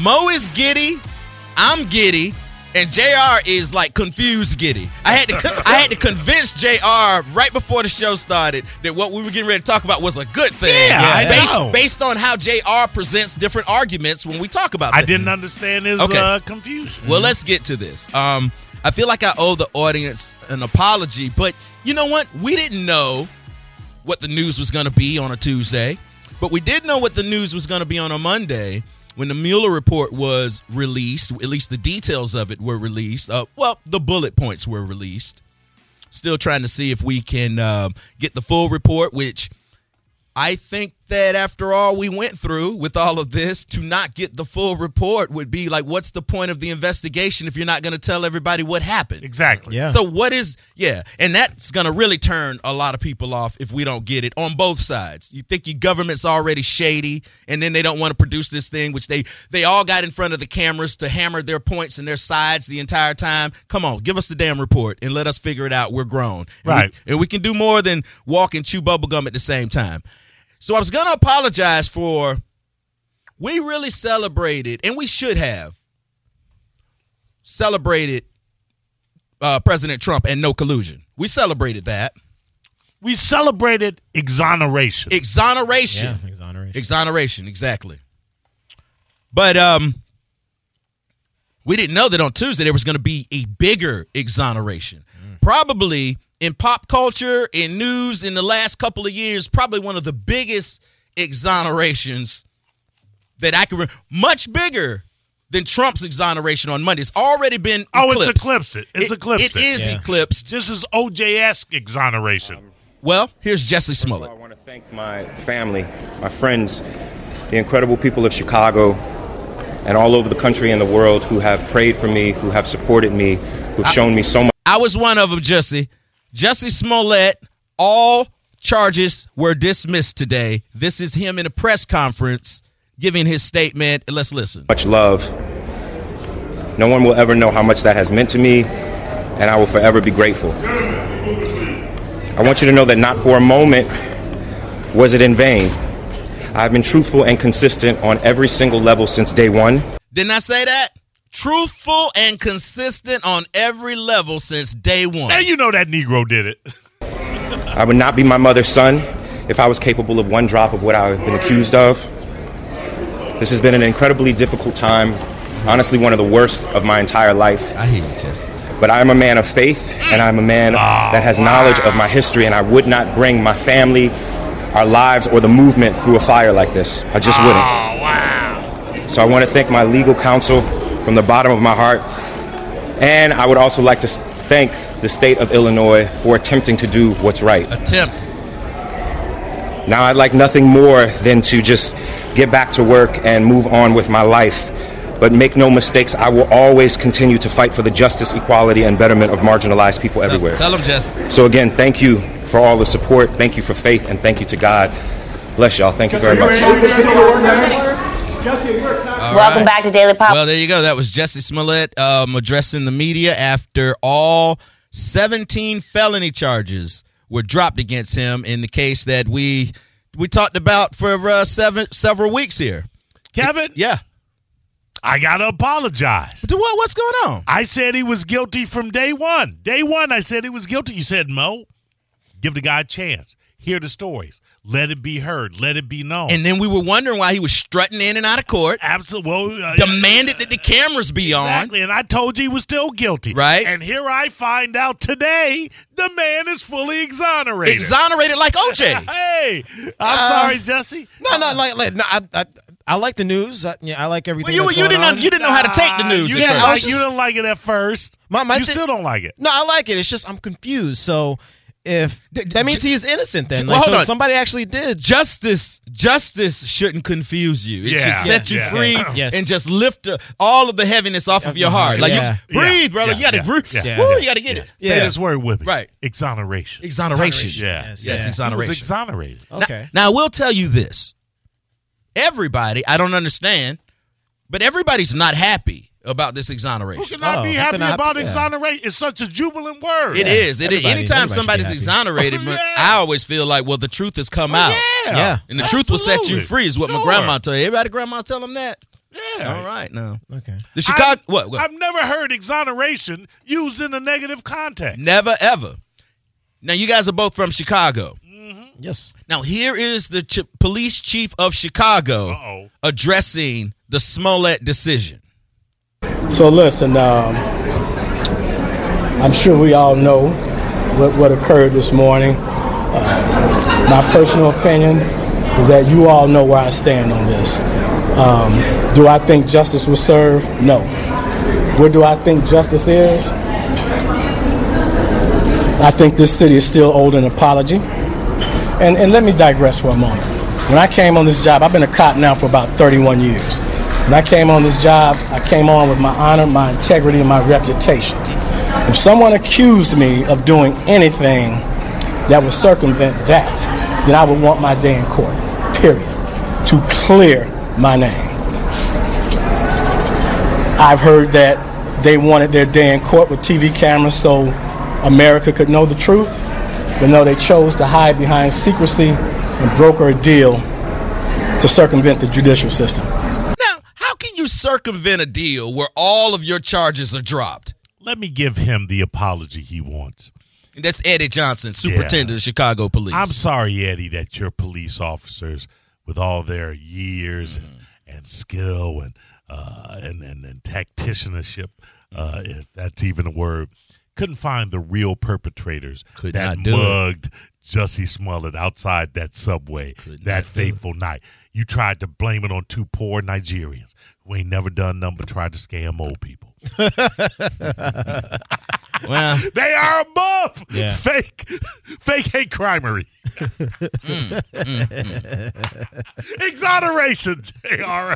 Mo is giddy, I'm giddy, and JR is like confused giddy. I had to con- I had to convince JR right before the show started that what we were getting ready to talk about was a good thing. Yeah, I based, know. based on how JR presents different arguments when we talk about I things. didn't understand his Okay. uh, confusion. Mm-hmm. Well, let's get to this. Um, I feel like I owe the audience an apology, but you know what? We didn't know what the news was going to be on a Tuesday, but we did know what the news was going to be on a Monday when the Mueller report was released. At least the details of it were released. Uh, well, the bullet points were released. Still trying to see if we can um, get the full report, which I think that after all we went through with all of this, to not get the full report would be like, what's the point of the investigation if you're not going to tell everybody what happened? exactly. Yeah. So, what is, yeah, and that's going to really turn a lot of people off if we don't get it on both sides. You think your government's already shady, and then they don't want to produce this thing, which they they all got in front of the cameras to hammer their points and their sides the entire time. Come on, give us the damn report and let us figure it out. We're grown. And we- Right. and we can do more than walk and chew bubblegum at the same time. So I was going to apologize for we really celebrated and we should have celebrated uh, President Trump and no collusion. We celebrated that. We celebrated exoneration. Exoneration. Yeah, exoneration. Exoneration, exactly. But um we didn't know that on Tuesday there was going to be a bigger exoneration. Mm. Probably in pop culture, in news in the last couple of years, probably one of the biggest exonerations that I can remember. Much bigger than Trump's exoneration on Monday. It's already been oh, eclipsed. it's eclipsed it. It's It- eclipsed It is Yeah. eclipsed. This is OJS exoneration. Well, here's Jesse First of all, Smollett. I want to thank my family, my friends, the incredible people of Chicago and all over the country and the world who have prayed for me, who have supported me, who've shown me so much. I was one of them, Jesse. Jesse Smollett, all charges were dismissed today. This is him in a press conference giving his statement. Let's listen. much love. No one will ever know how much that has meant to me, and I will forever be grateful. I want you to know that not for a moment was it in vain. I've been truthful and consistent on every single level since day one. Didn't I say that? Truthful and consistent on every level since day one. Now you know that Negro did it. I would not be my mother's son if I was capable of one drop of what I have been accused of. This has been an incredibly difficult time, honestly, one of the worst of my entire life. I hear you, Jesse. But I am a man of faith, and I'm a man that has knowledge of my history, and I would not bring my family, our lives, or the movement through a fire like this. I just wouldn't. Oh wow. So I want to thank my legal counsel from the bottom of my heart. And I would also like to s- thank the state of Illinois for attempting to do what's right. Attempt. Now I'd like nothing more than to just get back to work and move on with my life. But make no mistakes, I will always continue to fight for the justice, equality, and betterment of marginalized people everywhere. Tell him, Jesse. So again, thank you for all the support. Thank you for faith, and thank you to God. Bless y'all. Thank you very much. Welcome right. back to Daily Pop. Well, there you go. That was Jesse Smollett um, addressing the media after all 17 felony charges were dropped against him in the case that we we talked about for uh, seven several weeks here. Kevin, Yeah. I gotta apologize. Do what? What's going on? I said he was guilty from day one. Day one, I said he was guilty. You said, Mo, give the guy a chance. Hear the stories. Let it be heard. Let it be known. And then we were wondering why he was strutting in and out of court, Absolutely. Well, uh, demanded that the cameras be on. Exactly, and I told you he was still guilty. Right. And here I find out today the man is fully exonerated. Exonerated like OJ. hey, I'm sorry, Jesse. Uh, No, no, like, like no, I, I, I like the news. I, yeah, I like everything. Well, you, that's you going didn't on. you didn't know how to take the Nah, news. You, at didn't, first. I like, was you just- didn't like it at first. My- my you thi- still don't like it. No, I like it. It's just I'm confused. So if that means he's innocent, then Well, like, hold so on. somebody actually did. justice justice shouldn't confuse you. It Yeah. should set you Yeah. free Yeah. Yes. and just lift uh, all of the heaviness off of your heart. Like Yeah. you breathe, Yeah. brother. Yeah. You got to Yeah. breathe. Yeah. Woo, you got to get it. Say Yeah. this word with me. Right. Exoneration. Exoneration. Yeah. Yes, Oh, Yes, yeah. He was exoneration. exonerated. Okay. Now, I will tell you this. Everybody, I don't understand, but everybody's not happy about this Who exoneration. can I Oh, be how happy can I- about yeah. exoneration? It's such a jubilant word. It is. It is. Everybody- Anytime everybody should somebody's be happy. exonerated, Oh, yeah. Oh, I always feel like, well, the truth has come out. Yeah. Yeah. And the truth will set you Absolutely. free, is what my Sure. grandma tell you. Everybody, grandma tell them that. Yeah. All right, now Okay. the Chicago. I've- what? what? I've never heard exoneration used in a negative context. Never ever. Now you guys are both from Chicago. Yes. Now here is the ch- police chief of Chicago Uh-oh. addressing the Smollett decision. So listen, um, I'm sure we all know what, what occurred this morning. Uh, my personal opinion is that you all know where I stand on this. Um, do I think justice was served? No. Where do I think justice is? I think this city is still owed an apology. And, and let me digress for a moment. When I came on this job, I've been a cop now for about 31 years. When I came on this job, I came on with my honor, my integrity, and my reputation. If someone accused me of doing anything that would circumvent that, then I would want my day in court, period, to clear my name. I've heard that they wanted their day in court with TV cameras so America could know the truth, but no, they chose to hide behind secrecy and broker a deal to circumvent the judicial system. Now, how can you circumvent a deal where all of your charges are dropped? Let me give him the apology he wants. And that's Eddie Johnson, superintendent of Chicago Police. I'm sorry, Eddie, that your police officers, with all their years Mm-hmm. and, and skill and, uh, and and and tacticianship, uh, Mm-hmm. if that's even a word, couldn't find the real perpetrators Could that not do it. mugged Jussie Smollett outside that subway that fateful night. You tried to blame it on two poor Nigerians who ain't never done nothing but tried to scam old people. well, They are above Yeah. fake, fake hate crimery. Exoneration, JR.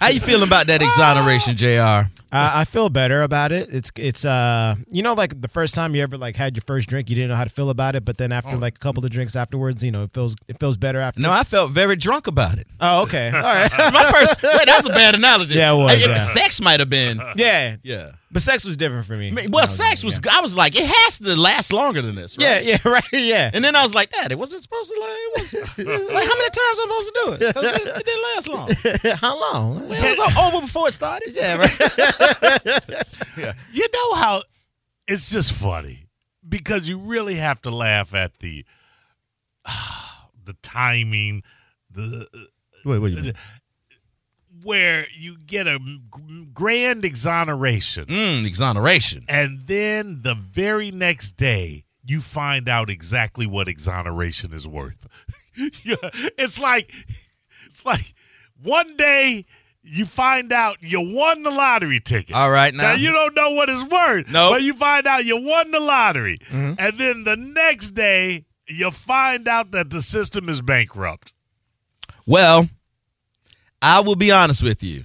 how you feeling about that exoneration, Jr. I, I feel better about it. It's it's uh you know like the first time you ever like had your first drink, you didn't know how to feel about it, but then after like a couple of drinks afterwards, you know it feels it feels better after. Oh. No, I felt very drunk about it. Oh, okay. All right. Uh, My first. wait, that's a bad analogy. Yeah, it was, I- yeah. Sex might have been. yeah. Yeah. But sex was different for me. I mean, When Well, I sex younger, was. I was like, it has to last longer than this. Right? Yeah. Yeah. Yeah. Right. Yeah. And then I was like, Daddy, was it supposed to last? It was- like, how many times am I supposed to do it? 'Cause It, it didn't last long. how long? It was all over before it started. Yeah, right. You know how it's just funny because you really have to laugh at the the timing, the Wait. Wait. where you get a g- grand exoneration. Mm, exoneration. And then the very next day, you find out exactly what exoneration is worth. Yeah, it's like it's like one day you find out you won the lottery ticket. All right, now. Now you don't know what it's worth, No. but you find out you won the lottery, Mm-hmm. and then the next day you find out that the system is bankrupt. Well, I will be honest with you.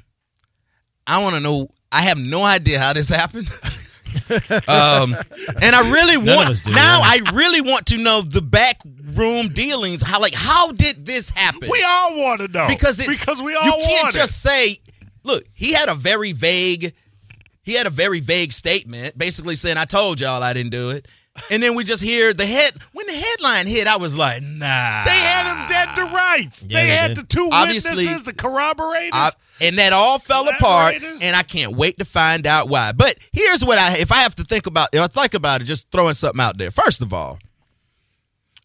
I want to know. I have no idea how this happened. um, and I really None of us want do, now. yeah. I really want to know the back room dealings. How like how did this happen? We all want to know because it's because we all you can't want just say. Look, he had a very vague. He had a very vague statement, basically saying, "I told y'all I didn't do it." And then we just hear the head when the headline hit. I was like, "Nah." it. They had him dead to rights. Ah. Yeah, they they had did. the two Obviously- witnesses, the corroborators. I- and that all fell apart, Collaborators? and I can't wait to find out why. But here's what I, if I have to think about, if I think about it, just throwing something out there. First of all,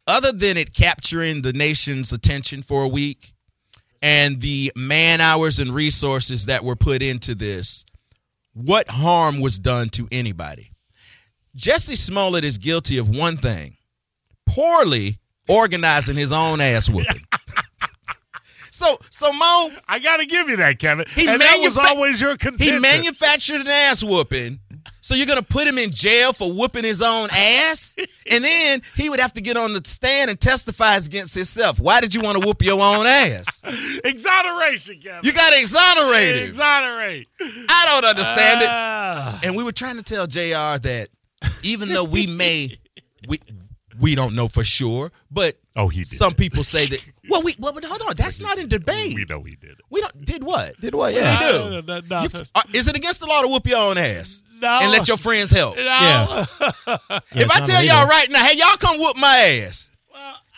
other than it capturing the nation's attention for a week and the man hours and resources that were put into this, what harm was done to anybody? Jesse Smollett is guilty of one thing poorly organizing his own ass whooping. so, so Mo, I got to give you that, Kevin. He and that was manufa- always your He contention. manufactured an ass whooping. So you're gonna put him in jail for whooping his own ass, and then he would have to get on the stand and testify against himself. Why did you want to whoop your own ass? Exoneration, Kevin. You got exonerated. Exonerate. I don't understand it. Ah. And we were trying to tell Jr. that even though we may, we we don't know for sure, but Oh, he did. some people say that. Well, we well, but hold on, that's not in debate. we know he did. We don't did what? Did what? What Yeah. did he do? No, no, no, You- no. uh, is it against the law to whoop your own ass No. and let your friends help? No. Yeah. if I tell y'all right now, hey, y'all come whoop my ass.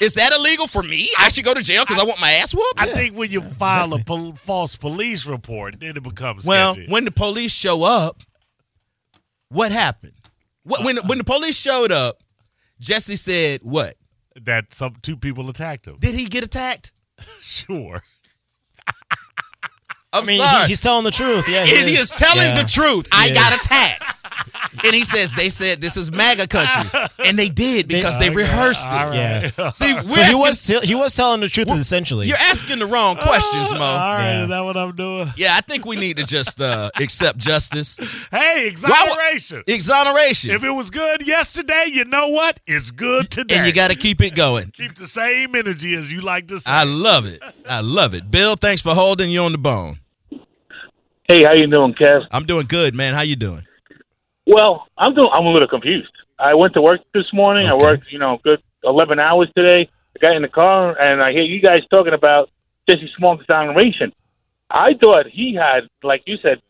Is that illegal for me? I should go to jail because I, want my ass whooped. I think when you file a pol- false police report, then it becomes well, sketchy. when the police show up, what happened? What, when when the police showed up, Jesse said, "What that some two people attacked him. did he get attacked?" Sure. I'm I mean, he- sorry. he's telling the truth. Yeah, Is he is telling Yeah. the truth? I Yes. got attacked. And he says they said this is MAGA country, and they did because they, rehearsed it. Yeah. See, we're So he asking- was te- he was telling the truth essentially. you're asking the wrong questions, Mo. All right, Yeah. is that what I'm doing? Yeah, I think we need to just uh, accept justice, Hey, would- exoneration. exoneration, if it was good yesterday, you know what? It's good today. and you got to keep it going. keep the same energy as you like to say. I love it. I love it. Bill, thanks for holding you on the bone. Hey, how you doing, Kev? I'm doing good, man. How you doing? Well, I'm doing. I'm a little confused. I went to work this morning. I Okay. worked, you know, good eleven hours today. I got in the car and I hear you guys talking about Jesse Smoke's exoneration. I thought he had, like you said,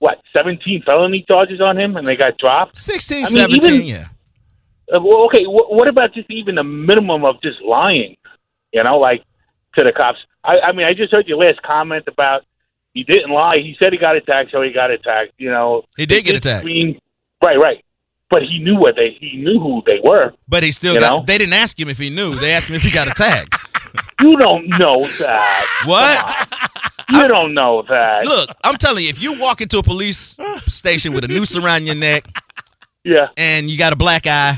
what seventeen felony charges on him, and they got dropped. 16, I mean, 17, even- yeah. Uh, well, okay, wh- what about just even the minimum of just lying? You know, like to the cops. I, I mean, I just heard your last comment about he didn't lie. He said he got attacked, so he got attacked. You know, He did get just attacked. screamed- right, right. But he knew what they he knew who they were. But he still You got. know? They didn't ask him if he knew. They asked him if he got attacked. You don't know that. what? You don't know that. Look, I'm telling you, if you walk into a police station with a noose around your neck Yeah. and you got a black eye,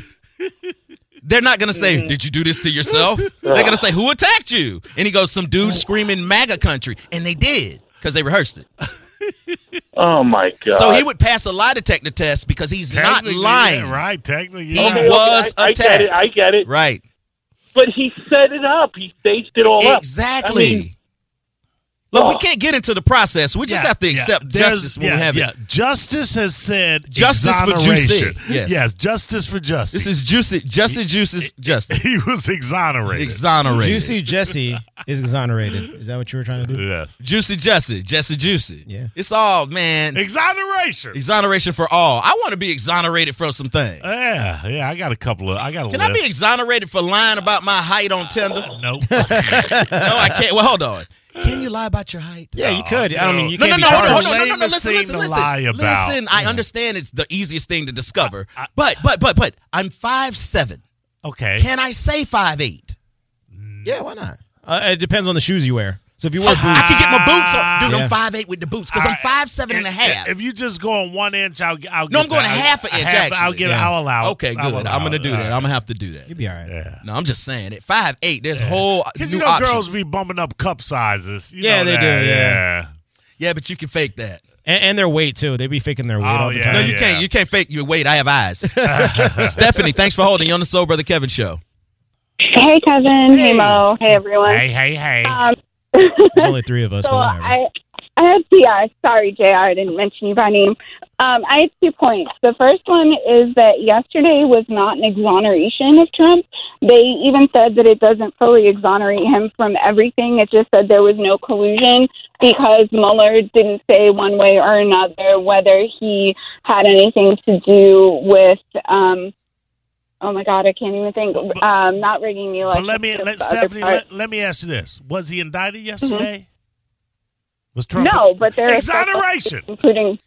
they're not gonna say, "Did you do this to yourself?" They're gonna say, "Who attacked you?" And he goes, "Some dude screaming MAGA country," and they did because they rehearsed it. Oh my god. So he would pass a lie detector test because he's not Technically, lying. yeah, right? Technically, He yeah. Okay, okay, was I, I get it. attacked. I get it. Right. But he set it up. He staged it all up. Exactly. I mean, Look, we Oh. can't get into the process. We just Yeah, have to yeah. accept There's- justice when yeah, we have yeah. it. Justice has said Justice for Juicy. exoneration. Yes. justice for justice. This is juicy, juicy, juices, justice. he was exonerated. Exonerated. Juicy Jesse is exonerated. Is that what you were trying to do? Yes. Juicy Jesse, Jesse Juicy. Yeah. It's all, man. Exoneration. exoneration for all. I want to be exonerated from some things. Oh, yeah, yeah. I got a couple of. I got a Can I list. be exonerated for lying about my height on Tinder? Oh, No, nope. I can't. Well, hold on. Can you lie about your height? Yeah, you could. I don't mean you No, no, can't no, be hold on, charged. hold on, no, no, no, Lamest listen, thing listen, to listen. lie about. Listen, I understand it's the easiest thing to discover, but, but, but, but, I'm five seven. Okay. Can I say five eight? Mm. Yeah, why not? Uh, it depends on the shoes you wear. Ah. So if you I wear can boots, get my boots up, dude. Yeah. I'm five eight with the boots because I'm five seven and a If- half. If you just go on one inch, I'll, I'll No, get I'm going that. a half an inch, I'll actually. get. Yeah. I'll allow. Okay, good. I'll allow I'm gonna it. do All that. right. I'm gonna have to do that. you'd be all right. Yeah. No, I'm just saying it. Five eight. There's whole new Because you know options. girls be bumping up cup sizes. You Yeah, know they that, do, yeah. yeah, but you can fake that. And, and their weight too. They be faking their weight Oh, all the yeah. No, time. you yeah. can't. You can't fake your weight. I have eyes. Stephanie, thanks for holding you on the Soul Brother Kevin show. Hey, Kevin. Hey, Mo. Hey, everyone. Hey, hey, hey. Um, There's only three of us. so but whatever. I, I had the, uh, sorry, JR, I didn't mention you by name. Um, I had two points. The first one is that yesterday was not an exoneration of Trump. They even said that it doesn't fully exonerate him from everything. It just said there was no collusion because Mueller didn't say one way or another whether he had anything to do with. Um, Oh my God! I can't even think. But- um, not rigging the but election. let me, just let, the other Stephanie, part. let, let me ask you this: Was he indicted yesterday? Was Trump? No, but there are several exoneration. states, including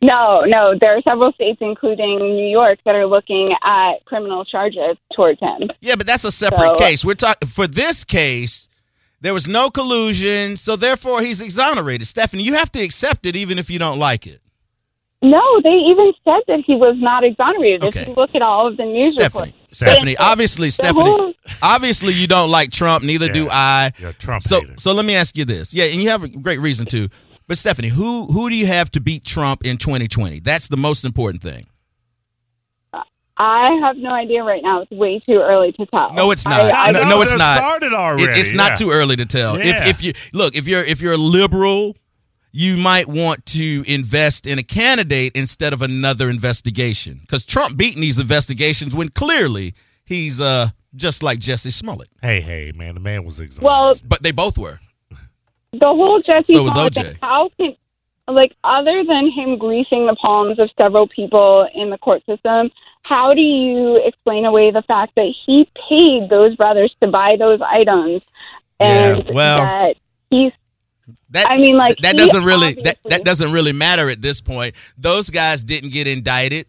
no, no. There are several states, including New York, that are looking at criminal charges towards him. Yeah, but that's a separate So- case. We're talking for this case. There was no collusion, so therefore he's exonerated. Stephanie, you have to accept it, even if you don't like it. No, they even said that he was not exonerated. Okay. If you look at all of the news Stephanie, reports, Stephanie, But- obviously, The Stephanie, whole- obviously you don't like Trump. Neither do Yeah. I. You're a Trump so, hater. so let me ask you this. Yeah, and you have a great reason to. But Stephanie, who who do you have to beat Trump in 2020? That's the most important thing. I have no idea right now. It's way too early to tell. No, it's I- not. I, No, no, it's they're not. Started already. It- it's yeah. not too early to tell. Yeah. If if you look, if you're if you're a liberal, you might want to invest in a candidate instead of another investigation because Trump beating these investigations when clearly he's uh just like Jesse Smollett. Hey, hey, man, the man was exonerated. Well, But they both were. the whole Jesse So was Smollett OJ. thing, How can like other than him greasing the palms of several people in the court system how do you explain away the fact that he paid those brothers to buy those items and Yeah, well- that he's That, I mean, like, that he doesn't really that, obviously- that doesn't really matter at this point. Those guys didn't get indicted.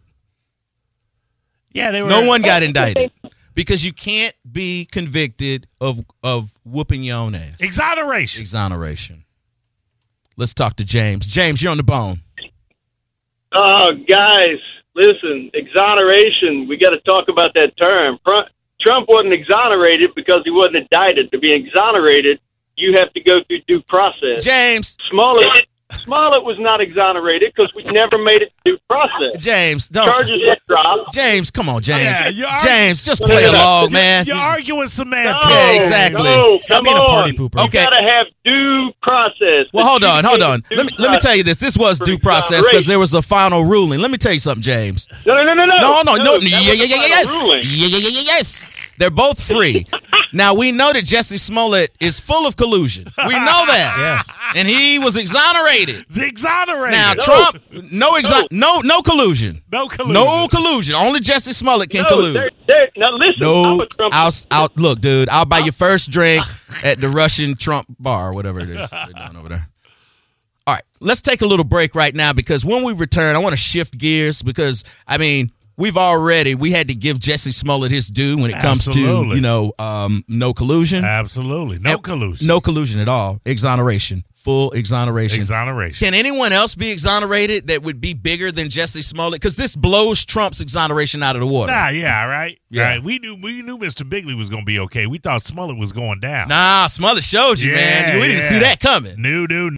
Yeah, they were. No one got It's the indicted because you can't be convicted of of whooping your own ass. Exoneration. Exoneration. Let's talk to James. James, you're on the bone. Oh, guys, listen, exoneration. We got to talk about that term. Fr- Trump wasn't exonerated because he wasn't indicted. To be exonerated, you have to go through due process. James, Smollett, Smollett was not exonerated because we never made it due process. James, don't. Charges were dropped. James, come on, James. Yeah, you're argu- James, just play along, man. You're arguing semantics. No, Yeah, exactly. No, Stop come being a party on. pooper. You Okay. got to have due process. Well, hold on, hold on. Due Let me let me process. tell you this. This was due process because there was a final ruling. Let me tell you something, James. No, no, no, no, No, no, no, no. Yeah, that yeah, was yeah, the yeah, final yes. ruling. Yeah, yeah, yeah, yeah, yes. They're both free. now we know that Jesse Smollett is full of collusion. We know that. Yes. And he was exonerated. Exonerated. Now Trump, no exon, no, no collusion. no collusion. No collusion. Only Jesse Smollett can No, collude. they're- they're- now listen, I'm No, a Trump. I'll, I'll look, dude. I'll buy your first drink at the Russian Trump bar, or whatever it is they're doing over there. All right, let's take a little break right now because when we return, I want to shift gears because I mean we've already we had to give Jesse Smollett his due when it comes to Absolutely. you know um, no collusion, Absolutely. No And- collusion. no collusion at all, exoneration, full exoneration. Exoneration. Can anyone else be exonerated that would be bigger than Jesse Smollett? Because this blows Trump's exoneration out of the water. Nah, Ah, yeah, all right. Yeah. Right. We knew we knew Mr. Bigley was gonna be okay. We thought Smollett was going down. Nah, Smollett showed you, Yeah, man. We didn't yeah. see that coming. New dude.